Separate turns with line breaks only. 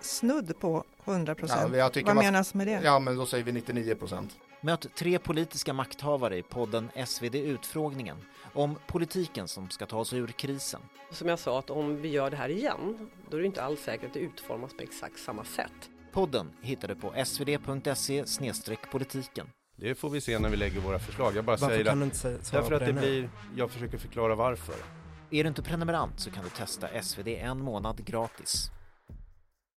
snudd på 100
Ja,
procent.
jag tycker
Vad
man-
menas med det?
Ja, men då säger vi 99 procent.
Möt tre politiska makthavare i podden SvD Utfrågningen om politiken som ska ta sig ur krisen.
Som jag sa, att om vi gör det här igen, då är det inte alls säkert att det utformas på exakt samma sätt.
Podden hittar du på svd.se E politiken.
Det får vi se när vi lägger våra förslag. Jag bara
Varför
säger
kan
att,
du inte sä- svara
därför
på
att det
nu?
blir, jag försöker förklara varför.
Är du inte prenumerant så kan du testa SvD en månad gratis.